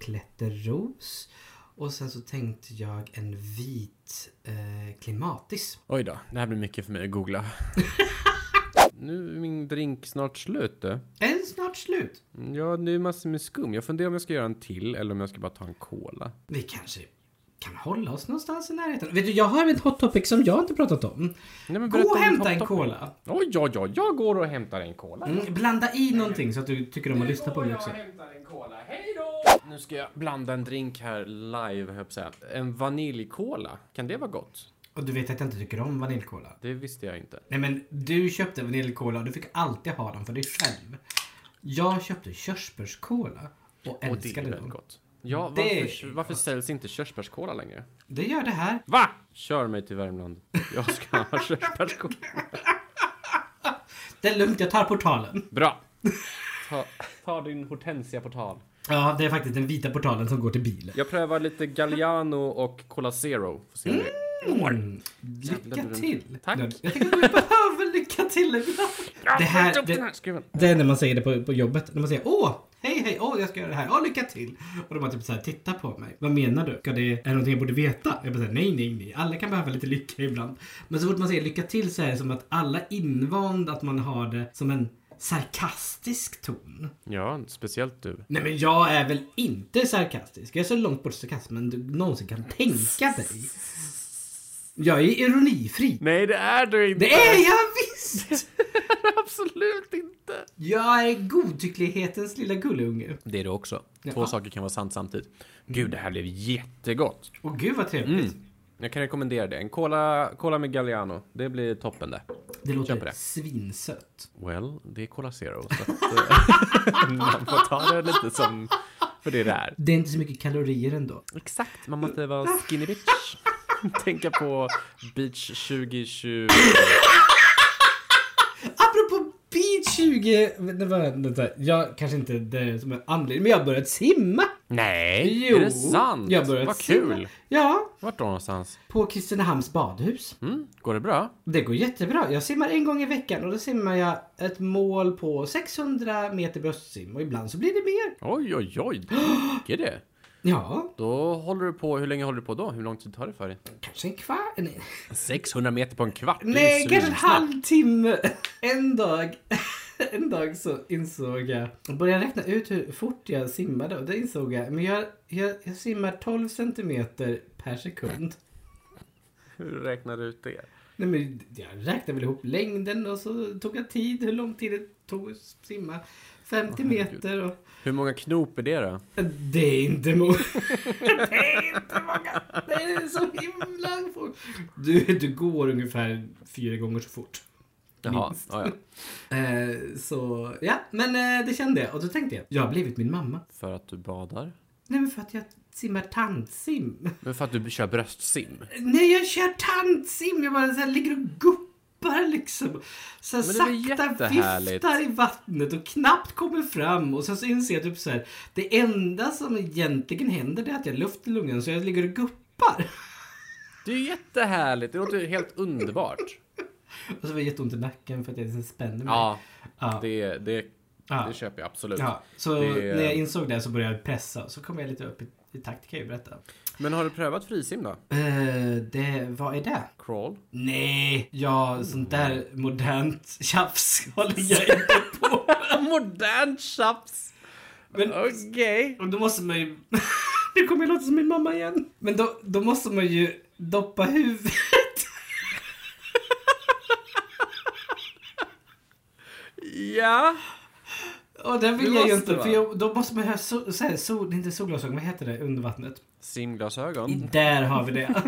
flamenco-klätterros. Och sen så tänkte jag en vit eh, klimatis.
Oj då, det här blir mycket för mig att googla. nu är min drink snart slut. du.
Är det snart slut?
Ja, det är massor med skum. Jag funderar om jag ska göra en till eller om jag ska bara ta en cola.
Vi kanske kan hålla oss någonstans i närheten. Vet du, jag har ett hot topic som jag inte pratat om.
Nej, men
Gå
berätta om
och
ditt
hämta en
hopptopp.
cola.
Oj, oj, oj, jag går och hämtar en cola.
Mm, blanda i någonting så att du tycker om att lyssna på mig också.
hämtar en cola, hej då! Nu ska jag blanda en drink här live, höll jag på att säga. En vaniljcola, kan det vara gott?
Och du vet att jag inte tycker om vaniljkola.
Det visste jag inte.
Nej men du köpte vaniljkola och du fick alltid ha den för dig själv. Jag köpte körsbärskola och
Och det är
älskade
väldigt
den.
gott. Ja,
Det är
varför, varför säljs inte körsbärscola längre?
Det gör det här.
Va? Kör mig till Värmland. Jag ska ha körsbärscola.
Det är lugnt, jag tar portalen.
Bra. Ta, ta din hortensia-portal.
Ja, det är faktiskt den vita portalen som går till bilen.
Jag prövar lite Galliano och Cola Zero. Får se hur det är.
Mm.
Jävlar,
Lycka
du-
till!
Tack.
Jag tänker att vi behöver lycka till ibland. Det
Jag
här,
tar upp den
det,
här skruven.
det är när man säger det på, på jobbet. När man säger åh, hej hej, åh jag ska göra det här, åh lycka till. Och de bara typ såhär, titta på mig. Vad menar du? Ska det, är det någonting jag borde veta? Jag bara säger nej nej nej, alla kan behöva lite lycka ibland. Men så fort man säger lycka till så är det som att alla är invand att man har det som en sarkastisk ton.
Ja, speciellt du.
Nej men jag är väl inte sarkastisk. Jag är så långt bort sarkasmen du någonsin kan tänka dig. Jag är ironifri.
Nej, det är du inte.
Det är jag visst!
Absolut inte.
Jag är godtycklighetens lilla gullunge.
Det är du också. Två
Ja.
saker kan vara sant samtidigt. Gud, det här blev jättegott.
Och gud vad trevligt.
Jag kan rekommendera det. En cola, cola med Galliano. Det blir toppen det.
Det
Köper
låter
det.
svinsött.
Well, det är Cola Zero. Så att, eh, man får ta det lite som för det det är.
Det är inte så mycket kalorier ändå.
Exakt, man måste vara skinny bitch. Tänka på beach 2020.
Apropå beach 20... Vänta, vänta, vänta. Jag kanske inte det är som en anledning, men jag har börjat simma.
Nej, är det sant?
Jag har börjat
Vad
simma.
kul.
Ja,
Vart då någonstans?
på Kristinehamns badhus.
Mm, går det bra?
Det går jättebra. Jag simmar en gång i veckan och då simmar jag ett mål på 600 meter bröstsim och ibland så blir det mer.
Oj, oj, oj. Det är det.
Ja,
Då håller du på, hur länge håller du på då? Hur lång tid tar det för dig?
kanske en kvart. Nej,
600 meter på en kvart? det är ju
Nej, kanske en
svinsnabbt.
halvtimme. En dag, en dag så insåg jag, jag började räkna ut hur fort jag simmade och det insåg jag, men jag, jag, jag simmar 12 centimeter per sekund.
Hur räknar du ut det?
Nej, men jag räknade väl ihop längden och så tog jag tid, hur lång tid det tog att simma. 50
Åh, herregud.
meter och...
Hur många knop är det då?
Det är inte många. det är inte många. Det är så himla fort. Du, du går ungefär fyra gånger så fort.
Jaha,
minst.
ja, ja.
Eh, så ja, men eh, det kände jag. Och då tänkte jag, jag har blivit min mamma.
För att du badar?
Nej men för att jag simmar tandsim. Eh,
Men för att du kör bröstsim?
Nej jag kör tandsim, jag bara så här, ligger och guppar liksom. Så här,
Men det var
sakta
jättehärligt.
viftar i vattnet och knappt kommer fram. Och sen så inser jag typ så här, det enda som egentligen händer det är att jag har luft i lungan så jag ligger och guppar.
Det är ju jättehärligt, det låter ju helt underbart.
Och så var det jätteont i nacken för att jag liksom spände mig.
Ja,
Ja.
det, det,
Ja.
det köper jag absolut.
Ja, så
Det är-
när jag insåg det så började jag pressa och så kom jag lite upp i, i takt kan jag ju berätta.
Men har du prövat frisim då?
Eh, det, vad är det?
Crawl?
Nej, ja, sånt där modernt tjafs håller jag inte på
Modern tjafs!
Men-
Okej.
Och då måste man ju... nu kommer jag låta som min mamma igen. Men då, då måste man ju doppa huvudet.
Ja.
Och det vill
Det
jag ju
måste
inte,
va?
för jag, då måste man ju ha so, så här, sol, inte solglasögon, vad heter det under vattnet?
Simglasögon?
Där har vi det.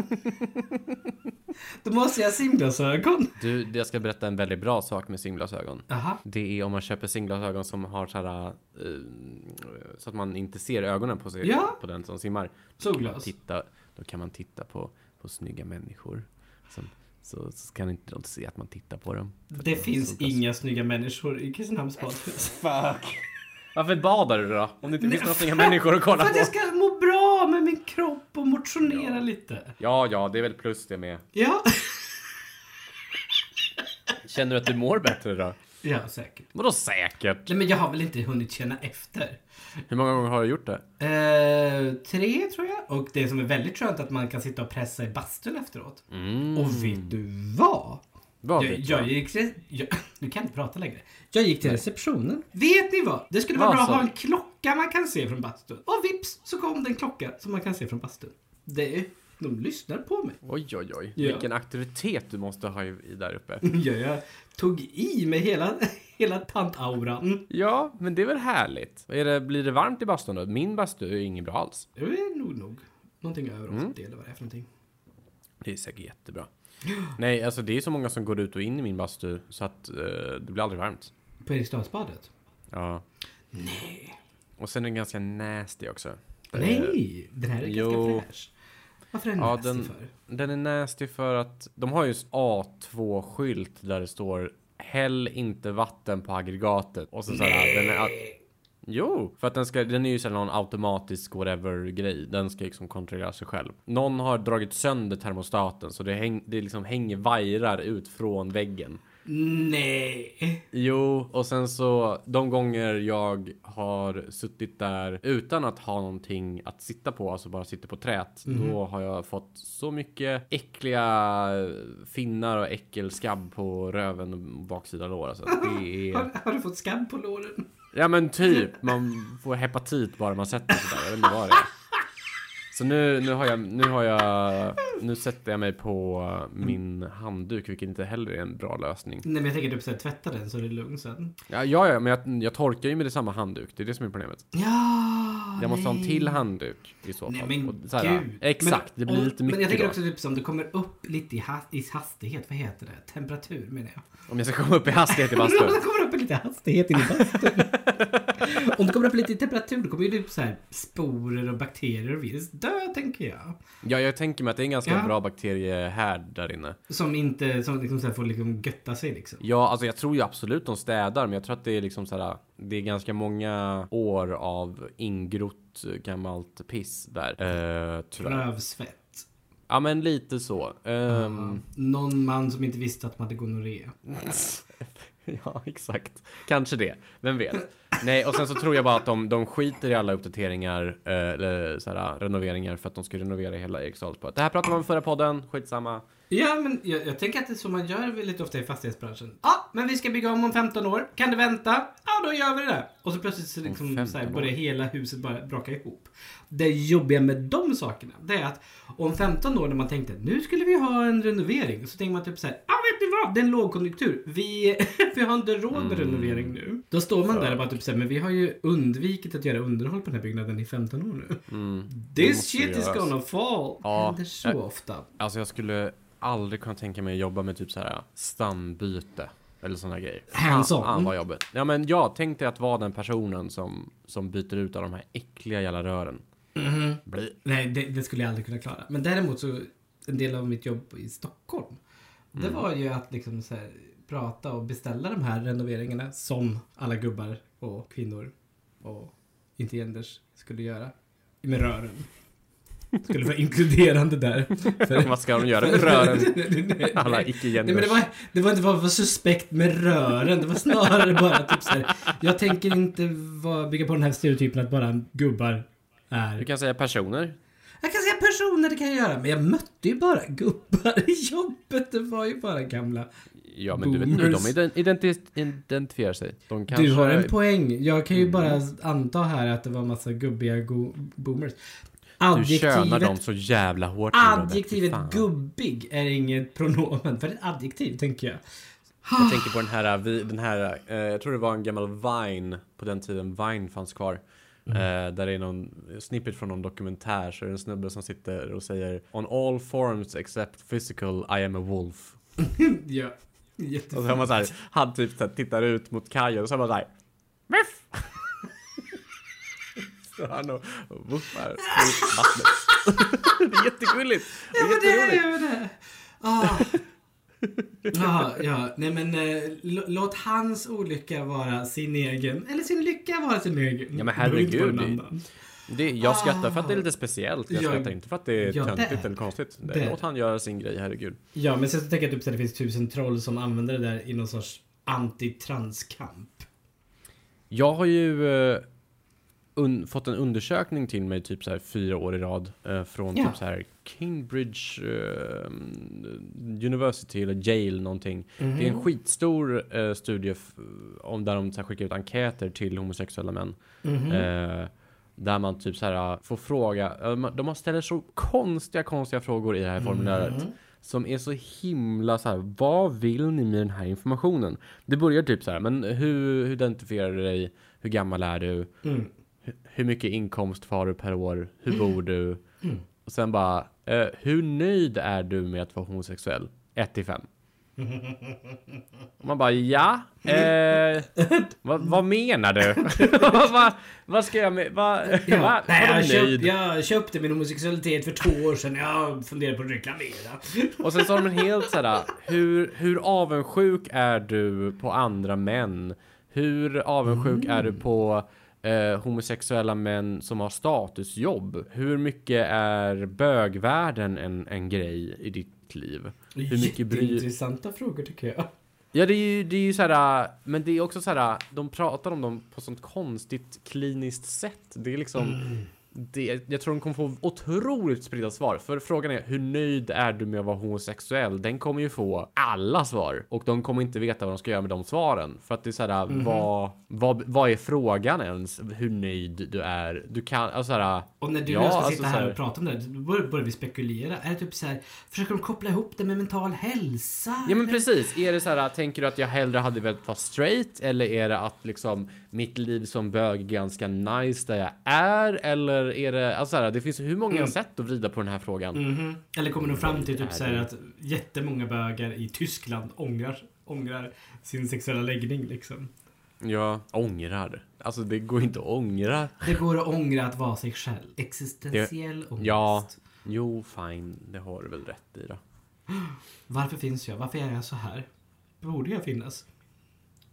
då måste jag ha simglasögon.
Du, jag ska berätta en väldigt bra sak med simglasögon.
Jaha.
Det är om man köper simglasögon som har så här, eh, så att man inte ser ögonen på, sig,
Ja.
på den som simmar.
Solglas.
Titta, då kan man titta på, på snygga människor. Som, så, så kan inte de se att man tittar på dem.
Det finns inga snygga människor i Kristinehamns badhus. Fuck.
Varför badar du då? Om det inte
Nej,
finns några snygga människor att kolla
För att
på?
jag ska må bra med min kropp och motionera
Ja.
lite.
Ja, ja, det är väl plus det med.
Ja.
Känner du att du mår bättre då?
Ja, säkert.
Vadå säkert?
Nej, men jag har väl inte hunnit känna efter.
Hur många gånger har du gjort det?
Eh, tre tror jag. Och det som är väldigt skönt är att man kan sitta och pressa i bastun efteråt.
Mm.
Och vet du vad?
Vad
jag,
vet jag?
jag gick till, jag, Nu kan jag inte prata längre. Jag gick till receptionen. Vet ni vad? Det skulle vara
Vad
bra att
sa
ha
du?
en klocka man kan se från bastun. Och vips så kom det en klocka som man kan se från bastun. Det är, de lyssnar på mig.
Oj, oj, oj.
Ja.
Vilken auktoritet du måste ha i, i där uppe.
Ja, jag tog i med hela, hela tantauran.
Ja, men det är väl härligt. Är det, blir det varmt i bastun då? Min bastu är ingen bra alls.
Det är nog nog. Någonting över
Mm.
80 eller vad det är för någonting.
Det är säkert jättebra. Nej, alltså det är så många som går ut och in i min bastu så att eh, det blir aldrig varmt.
På Eriksdalsbadet?
Ja.
Nej.
Och sen är den ganska nasty också. Eh,
Nej! Den här är
jo.
ganska fräsch. Varför är den
Ja,
nasty
den-
för?
Den är nasty för att de har ju A2-skylt där det står Häll inte vatten på aggregatet. Och så såhär, den är... Jo, för att den ska, den är ju såhär någon automatisk whatever-grej. Den ska liksom kontrollera sig själv. Någon har dragit sönder termostaten så det, häng, det liksom hänger vajrar ut från väggen.
Nej!
Jo, och sen så de gånger jag har suttit där utan att ha någonting att sitta på, alltså bara sitter på trät, då har jag fått så mycket äckliga finnar och äckelskabb på röven och baksida lår. Alltså. Det är...
Har, har du fått skabb på låren?
Ja men typ, man får hepatit bara man sätter sig där. Jag vet inte vad det är. Så nu, nu har jag, nu har jag, nu sätter jag mig på min handduk, vilket inte heller är en bra lösning.
Nej men jag tänker typ såhär, tvätta den så är det lugnt sen.
Ja, ja, ja men jag, jag torkar ju med detsamma handduk. Det är det som är problemet.
Ja,
Jag måste ha en
nej.
till handduk i så fall.
Nej men
Och
gud.
så här, Exakt, det blir
och-
lite
Men jag
mycket
tänker
då.
också typ som det kommer upp lite i, has, i hastighet, vad heter det? Temperatur menar jag.
Om jag ska komma upp i hastighet i bastun.
Om det kommer upp i lite hastighet in i bastun. Om det kommer upp lite i temperatur då kommer ju typ såhär sporer och bakterier och virus dö tänker jag.
Ja, jag tänker mig att det är en ganska
Ja.
bra bakteriehärd där inne.
Som inte, som liksom så här får liksom götta sig liksom.
Ja, alltså jag tror ju absolut de städar, men jag tror att det är liksom så här. Det är ganska många år av ingrott gammalt piss där. Eh, tyvärr.
Rövsvett.
Ja, men lite så. Ehm,
Någon man som inte visste att man hade gonorré.
Ja, exakt. Kanske det. Vem vet? Nej, och sen så tror jag bara att de, de skiter i alla uppdateringar, eh, eller så här, renoveringar, för att de ska renovera hela Eriksdalsbadet. Det här pratade man om i förra podden, skitsamma.
Ja, men jag, jag tänker att det är så man gör väldigt ofta i fastighetsbranschen. Ja, men vi ska bygga om om 15 år. Kan du vänta? Ja, då gör vi det. Och så plötsligt så liksom
15
så här,
år.
börjar hela huset bara braka ihop. Det jobbiga med de sakerna, det är att om 15 år när man tänkte nu skulle vi ha en renovering. Så tänker man typ så här, ja vet ni vad? Det är en lågkonjunktur. Vi, vi har inte råd
Mm.
med renovering nu. Då står man där och bara typ så här, men vi har ju undvikit att göra underhåll på den här byggnaden i 15 år nu. This
Mm. måste
shit is
göras.
gonna fall.
Ja,
Händer så
jag-
ofta.
Alltså jag skulle aldrig kunna tänka mig att jobba med typ så här stambyte. Eller sådana grejer.
Hands-on.
Fan vad jobbigt. Ja men jag tänkte att vara den personen som, som byter ut av de här äckliga jävla rören.
Mm.
Bli.
Nej, det, det skulle jag aldrig kunna klara. Men däremot så, en del av mitt jobb i Stockholm,
Mm.
det var ju att liksom så här, prata och beställa de här renoveringarna som alla gubbar och kvinnor och inte genders skulle göra. Med rören. Skulle vara inkluderande där. För-
Vad ska de göra med rören?
Nej, nej, nej.
Alla
Nej, men det,
icke-genders.
var, det var inte bara för suspekt med rören, det var snarare bara typ så här, Jag tänker inte vara, bygga på den här stereotypen att bara gubbar är
Du kan säga personer.
jag kan säga personer, det kan jag göra. Men jag mötte ju bara gubbar i jobbet. Det var ju bara gamla.
Ja men du vet inte hur de
Boomers.
ident- identi- identifierar sig. De kanske... Mm.
Du har en poäng. Jag kan ju bara anta här att det var massa gubbiga go- boomers.
Du könar dem
Adjektivet,
så jävla hårt nu, Robert.
adjektivet
Fan.
gubbig är inget pronomen. För det är ett adjektiv, tänker jag. Ah.
Jag tänker på den här, eh, vi- den här eh, jag tror det var en gammal Vine på den tiden Vine fanns kvar. Eh, där det är någon snippet från någon dokumentär så är det en snubbe som sitter och säger On all forms except physical I am a wolf.
ja.
Och så har man så här, han typ så här, tittar ut mot kajen och så har man så här Muff! så han och och wuffar i vattnet. det är jättegulligt. Det
Ja,
är
men det är
jätteroligt.
ju det. Ah. Jaha, ja. Nej men eh, l- låt hans olycka vara sin egen. Eller sin lycka vara sin egen.
Ja, men
Det behöver inte vara
herregud,
någon
det-
annan.
Det, jag skrattar för att det är lite speciellt. Jag
Ah. Ja,
skrattar inte för att det är
ja,
töntigt
det-
eller konstigt. Det,
det-
låt han göra sin grej, herregud.
Ja, men sen så tänker jag typ att det finns tusen troll som använder det där i någon sorts antitranskamp.
Jag har ju eh, un, fått en undersökning till mig typ så här fyra år i rad eh, från
Ja.
typ så här Cambridge eh, University eller Yale någonting. Mm-hmm. Det
Mm.
är en skitstor eh, studie f- om där de så här skickar ut enkäter till homosexuella män.
Mm. Mm-hmm.
Eh, där man typ så här eh, får fråga, eh, man- de har ställer så konstiga, konstiga frågor i det
Mm.
här formuläret.
Mm-hmm.
Som är så himla så här, vad vill ni med den här informationen? Det börjar typ så här, men hur, hur identifierar du dig? Hur gammal är du?
Mm.
Hu- Hur mycket inkomst har du per år? Hur bor du? Och sen bara, eh, hur nöjd är du med att vara homosexuell? 1 till 5. Och man bara, ja? Eh, vad, vad menar du? vad, vad ska jag med? Vad,
Ja.
vad,
Nej,
vadå
jag,
nöjd?
köpt, jag köpte min homosexualitet för två år sedan. Jag funderar på att reklamera.
Och sen så har de en helt såhär, hur, hur avundsjuk är du på andra män? Hur avundsjuk är du på eh, homosexuella män som har statusjobb? Hur mycket är bögvärlden en, en grej i ditt liv? Hur mycket bryr...
Jätteintressanta frågor tycker jag.
Ja, det är ju, det är ju såhär, men det är också såhär, de pratar om dem på sånt konstigt kliniskt sätt. Det är liksom... Det, jag tror de kommer få otroligt spridda svar. För frågan är hur nöjd är du med att vara homosexuell? Den kommer ju få alla svar och de kommer inte veta vad de ska göra med de svaren. För att det är såhär, vad, vad, vad är frågan ens? Hur nöjd du är? Du kan, alltså såhär.
Och när du
Ja,
och jag ska
alltså
sitta
så
här
här-
och prata om det här, då bör- börjar vi spekulera. Är det typ så här, försöker de koppla ihop det med mental hälsa?
Ja men precis, är det så här, tänker du att jag hellre hade velat vara straight eller är det att liksom mitt liv som bög är ganska nice där jag är eller är det, alltså så här, det finns hur många sätt att vrida på den här frågan.
Mhm. Eller kommer de
Mm,
fram till typ så här att jättemånga bögar i Tyskland ångrar, ångrar sin sexuella läggning liksom.
Ja, ångrar. Alltså det går inte att ångra.
Det går att ångra att vara sig själv. Existentiell ångest.
Ja, jo fine, det har du väl rätt i då.
Varför finns jag? Varför är jag så här? Borde jag finnas?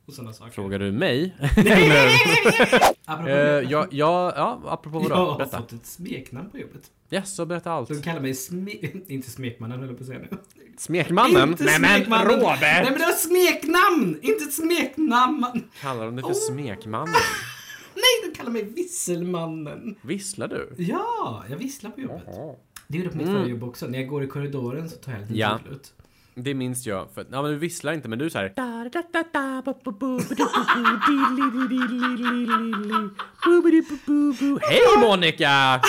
Och sådana saker.
Frågar du mig?
Apropå
Eh,
det,
ja, ja, ja, apropå vadå?
jag har
berätta.
fått ett smeknamn på jobbet.
Yes, så berätta allt.
De kallar mig sme... Inte smekmannen höll jag på att säga nu.
Smekmannen?
Inte
Nej men
smekmannen.
Robert!
Nej men det var smeknamn! Inte ett smeknamn!
Kallar de dig för
Oh.
smekmannen?
Nej, de kallar mig visselmannen.
Visslar du?
Ja, jag visslar på jobbet.
Jaha.
Det gjorde jag på mitt förra jobb också. När jag går i korridoren så tar jag lite
Ja.
ut.
Det minns jag. För, ja, men du visslar inte, men du är så här. Hej Monica!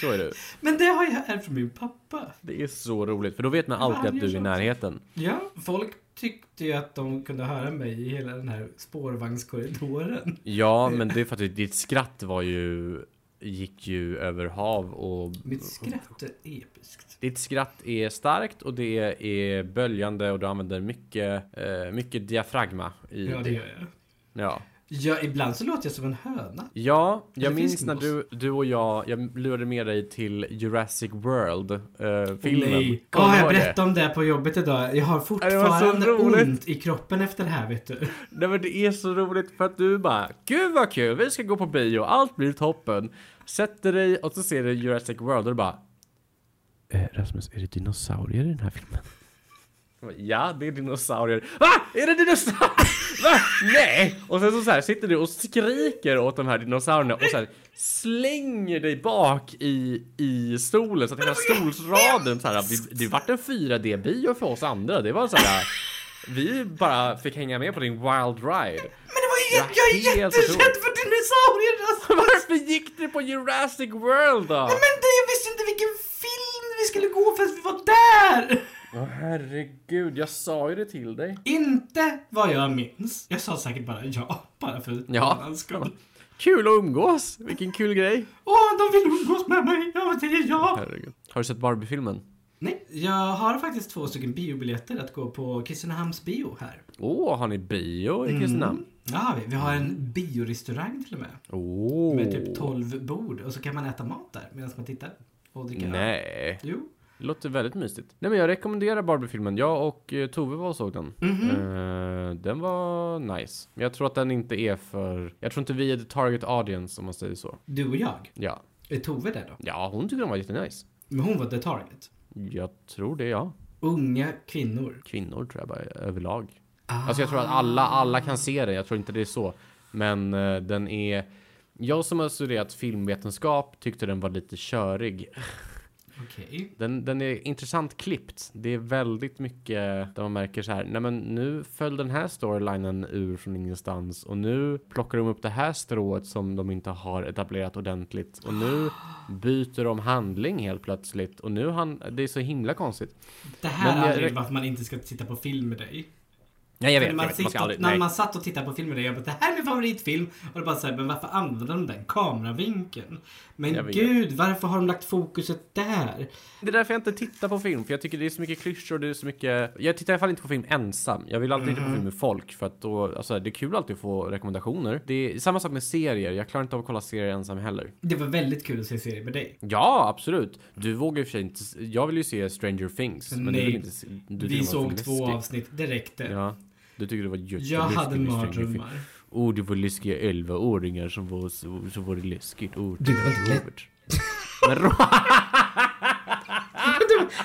Så är du.
Men det har jag ärvt från min pappa.
Det är så roligt, för då vet man alltid att du är i närheten.
Ja, folk tyckte ju att de kunde höra mig i hela den här spårvagnskorridoren.
Ja, men det är för att ditt skratt var ju gick ju över hav och...
Mitt skratt är episkt.
Ditt skratt är starkt och det är böljande och du använder mycket, eh, mycket diafragma i
Ja, det gör jag.
Ja.
Ja, ibland så låter jag som en höna.
Ja, jag
Eller
minns när
fiskmås.
du, du och jag, jag lurade med dig till Jurassic eh, World-filmen.
Nej. Ja, jag berättade om det här på jobbet idag. Jag har fortfarande
roligt.
ont i kroppen efter det här, vet du.
Nej men det är så roligt för att du bara Gud vad kul, vi ska gå på bio, allt blir toppen. Sätter dig och så ser du Jurassic World och du bara
Eh, Rasmus, är det dinosaurier i den här filmen?
Ja, det är dinosaurier. Va? Är det dinosaurier? Va? Nej! Och sen så, så här sitter du och skriker åt de här dinosaurierna och så här slänger dig bak i, i stolen så att hela stolsraden så här, det, det vart en 4D-bio för oss andra. Det var så här, vi bara fick hänga med på din wild ride.
Men det var ju,
Ja,
jag är
helt
jätterädd
otroligt.
för dinosaurier alltså.
Varför gick du på Jurassic World då?
Men det, jag visste inte vilken film vi skulle gå för att vi var där!
Åh herregud, jag sa ju det till dig.
Inte vad jag minns. Jag sa säkert bara ja, bara för
Ja.
hans skull.
Kul att umgås, vilken kul grej.
Åh, de vill umgås med mig! Jag säger ja!
Herregud. Har du sett Barbie-filmen?
Nej, jag har faktiskt två stycken biobiljetter att gå på Kristinehamns bio här.
Åh, har ni bio i Kristinehamn?
Ja, vi, vi har en biorestaurang till och med.
Åh.
Med typ 12 bord och så kan man äta mat där medan man tittar och dricker öl.
Nej,
Jo.
det låter väldigt mysigt. Nej men jag rekommenderar Barbie-filmen. Jag och eh, Tove var och såg den.
Mhm.
Eh, den var nice. Men jag tror att den inte är för... Jag tror inte vi är the target audience om man säger så.
Du och jag.
Ja,
Är Tove där då?
ja hon tyckte den var jättenice.
Men hon var the target.
Jag tror det, ja.
Unga kvinnor.
Kvinnor tror jag bara överlag. Alltså jag tror att alla, alla kan se den. Jag tror inte det är så. Men eh, den är... Jag som har studerat filmvetenskap tyckte den var lite körig.
Okej.
Den, den är intressant klippt. Det är väldigt mycket där man märker så här. Nej, men nu föll den här storylinen ur från ingenstans och nu plockar de upp det här strået som de inte har etablerat ordentligt och nu byter de handling helt plötsligt och nu han. Det är så himla konstigt.
Det
Men
här
jag
är anledningen
rek-
varför man inte ska titta på film med dig.
Nej, jag
För
vet.
när
Man,
man,
jag vet. man ska
sitter-
aldrig.
när
Nej.
man satt och tittade på film med dig, jag bara det här är min favoritfilm. Och det bara såhär, men varför använder de den kameravinkeln?
Jag
Men
vet.
gud, varför har de lagt fokuset där?
Det är därför jag inte tittar på film, för jag tycker det är så mycket klyschor, det är så mycket... Jag tittar i alla fall inte på film ensam. Jag vill alltid titta
Mhm.
på film med folk, för att då, alltså det är kul alltid att få rekommendationer. Det är samma sak med serier, jag klarar inte av att kolla serier ensam heller.
Det var väldigt kul att se serier med dig.
Ja, absolut. Du vågar ju för sig inte... Jag vill ju se Stranger Things, men du
Nej.
vill inte se... Du tycker
Vi
det var för
såg två
läskigt.
avsnitt, det räckte.
Ja. Du tycker det var jätteläskigt
jag hade
med Stranger Things.
mardrömmar.
Oh, det var läskiga 11-åringar som var så, så var det läskigt. Oh,
Det var inte lätt.
Robert. Men Robert,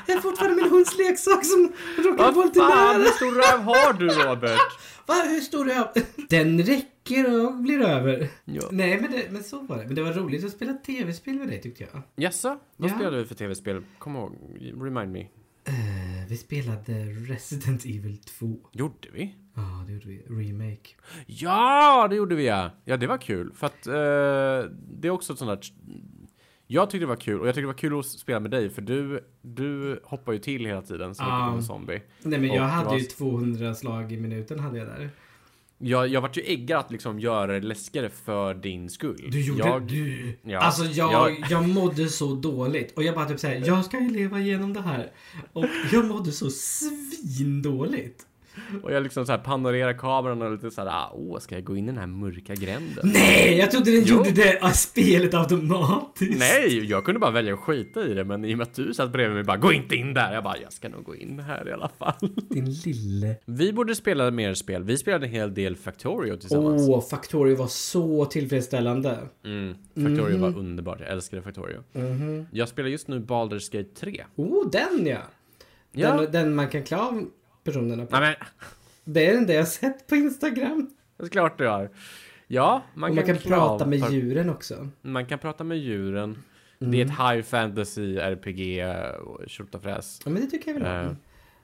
Det är fortfarande min hunds leksak som råkade vara
vad
lite
fan,
nära.
hur stor röv har du Robert?
Va, hur stor är jag? Den räcker och blir över.
Ja.
Nej, men, det, men så var det. Men det var roligt att spela tv-spel med dig tyckte jag.
Jaså? Vad
Ja.
spelade vi för tv-spel? Kom ihåg, remind me.
Eh, vi spelade Resident Evil 2.
Gjorde vi?
Ja, det gjorde vi. Remake.
Ja, det gjorde vi ja! Ja, det var kul. För att eh, det är också ett sånt där... Jag tyckte det var kul, och jag tyckte det var kul att spela med dig, för du, du hoppar ju till hela tiden som
Ja.
um. en zombie.
Nej men jag
Och det
hade
var-
ju 200 slag i minuten hade jag där.
Jag, jag vart ju eggad att liksom göra det läskigare för din skull.
Du gjorde
jag,
du.
Ja.
Alltså jag,
Jag-
jag... mådde så dåligt. Och jag bara typ såhär, jag ska ju leva igenom det här. Och jag mådde så svindåligt.
Och jag liksom så här panorerar kameran och lite så här, ah, åh, ska jag gå in i den här mörka gränden?
Nej, jag trodde den
Jo.
gjorde det av spelet automatiskt.
Nej, jag kunde bara välja att skita i det, men i och med att du satt bredvid mig bara, gå inte in där. Jag bara, jag ska nog gå in här i alla fall.
Din lille.
Vi borde spela mer spel. Vi spelade en hel del Factorio tillsammans.
Åh, oh, Factorio var så tillfredsställande.
Mm. Factorio var underbart. Jag älskade Factorio. Jag spelar just nu Baldur's Gate 3.
Oh, den ja.
Ja.
Den, den man kan klä av personerna på.
Nej men,
Det är den där jag sett på Instagram.
det är klart du har. Ja, man
Man och man kan
klä av
prata med
par-
djuren också.
Man kan prata med djuren. Det är ett high fantasy RPG, eh, och tjotafräs.
Ja, men det tycker jag väl om.
Eh,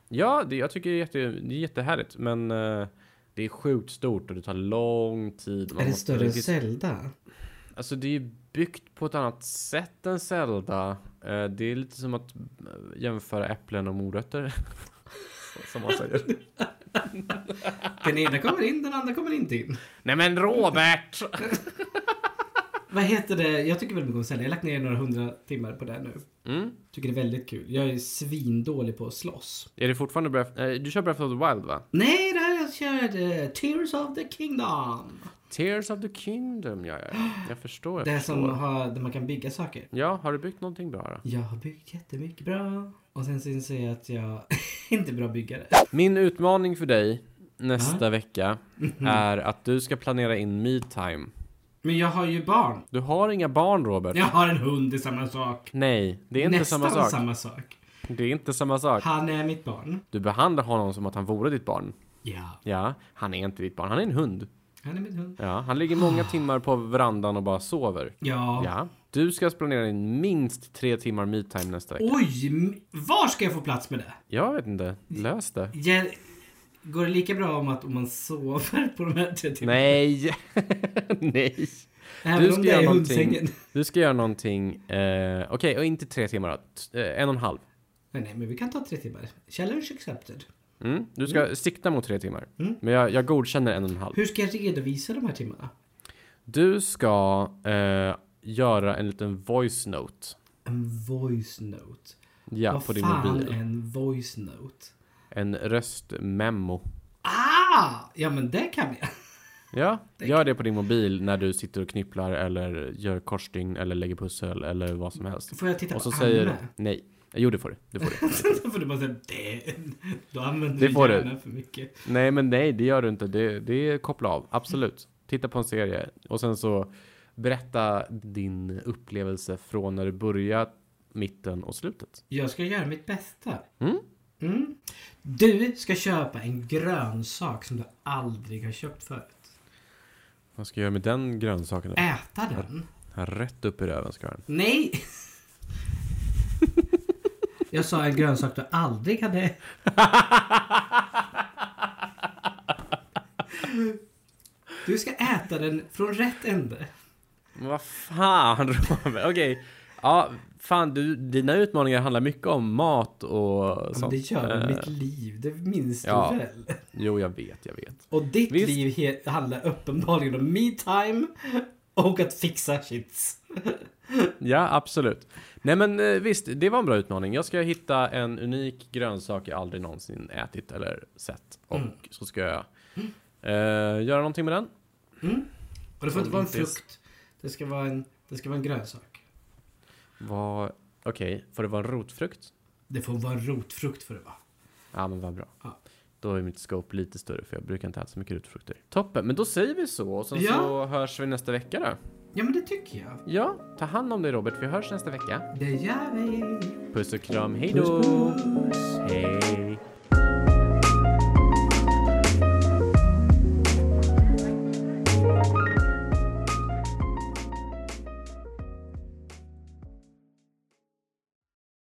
ja, det, jag tycker det är, jätte, det är jättehärligt, men eh, det är sjukt stort och det tar lång tid. Man
Är det
måste
större än
riktigt-
Zelda?
Alltså det är ju byggt på ett annat sätt än Zelda. Eh, det är lite som att eh, jämföra äpplen och morötter. som man säger.
Den ena kommer in, den andra kommer inte in.
Nej men Robert!
Vad heter det? Jag tycker väldigt mycket om Zelda. Jag har lagt ner några hundra timmar på det nu.
Mm.
Tycker det är väldigt kul. Jag är svindålig på att slåss.
Är det fortfarande Breath... eh, Du kör Breath of the Wild va?
Nej, det här jag körde Tears of the Kingdom.
Tears of the Kingdom, ja, ja. Jag förstår. Jag
Det här som
förstår.
har, där man kan bygga saker.
Ja, har du byggt någonting bra då?
Jag har byggt jättemycket bra. Och sen så inser jag att jag inte är bra byggare.
Min utmaning för dig nästa
Ja.
vecka är att du ska planera in me time.
Men jag har ju barn.
Du har inga barn, Robert.
Jag har en hund, det är samma sak.
Nej, det är inte
Nästan
samma sak.
samma sak.
Det är inte samma sak.
Han är mitt barn.
Du behandlar honom som att han vore ditt barn.
Ja.
Ja, han är inte ditt barn. Han är en hund.
Han är min hund.
Ja, han ligger många timmar på verandan och bara sover.
Ja.
Ja, du ska planera in minst tre timmar me time nästa vecka.
Oj! m- Var ska jag få plats med det?
Jag vet inte. Lös det.
Jag... Går det lika bra om att om man sover på de här tre timmarna?
Nej! Nej!
Även
Du
om
ska
det är
göra
i
någonting.
hundsängen.
Du ska göra någonting. Eh, Okej, och inte tre timmar då. T- eh, en och en halv.
Nej, nej, men vi kan ta tre timmar. Challenge accepted.
Mm? Du ska sikta mot tre timmar.
Mm.
Men jag, jag godkänner en och en halv.
Hur ska jag redovisa de här timmarna?
Du ska eh, göra en liten voice note.
En voice note.
Ja,
Vad
på din
fan
mobil.
är en voice note?
En röstmemo.
Ah! Ja, men det kan jag.
Ja,
Det
gör det på din mobil när du sitter och knypplar eller gör korsstygn eller lägger pussel eller vad som helst.
Får jag titta
Och så
på
säger du
Anna?
nej. Jo, det får du. Det får du.
Då får du bara säga det. Då använder
Det
du
får du.
hjärnan för mycket.
nej, men nej, det gör du inte. Det, det är koppla av. Absolut. Titta på en serie och sen så berätta din upplevelse från när du börjar, mitten och slutet.
Jag ska göra mitt bästa.
Mm?
Mm. Du ska köpa en grönsak som du aldrig har köpt förut.
Vad ska jag göra med den grönsaken?
Äta den.
Rätt upp i röven ska jag ha den.
Nej! Jag sa en grönsak du aldrig hade... Du ska äta den från rätt ände.
Men Vad fan Robert, okej. Ja, fan du, dina utmaningar handlar mycket om mat och
Men
sånt.
det gör
Eh,
väl mitt liv, det minns
ja.
du väl?
Jo, jag vet, jag vet.
Och ditt
Visst.
liv he- handlar uppenbarligen om me time och att fixa shits.
Ja, absolut. Nej men eh, visst, det var en bra utmaning. Jag ska hitta en unik grönsak jag aldrig någonsin ätit eller sett. Och
Mm.
så ska jag eh, göra någonting med den.
Och det får inte vara en
Inte ens-
frukt. Det ska vara en, det ska vara en grönsak.
Vad, okej, får det vara en rotfrukt?
Det får vara en rotfrukt för det vara.
Ja, men vad bra.
Ja.
Då är mitt scope lite större för jag brukar inte äta så mycket rotfrukter. Toppen, men då säger vi så och sen
Ja.
så hörs vi nästa vecka då.
Ja men det tycker jag.
Ja, ta hand om dig Robert. Vi hörs nästa vecka.
Det gör vi.
Puss och kram. Hej då!
Puss, puss.
Hej!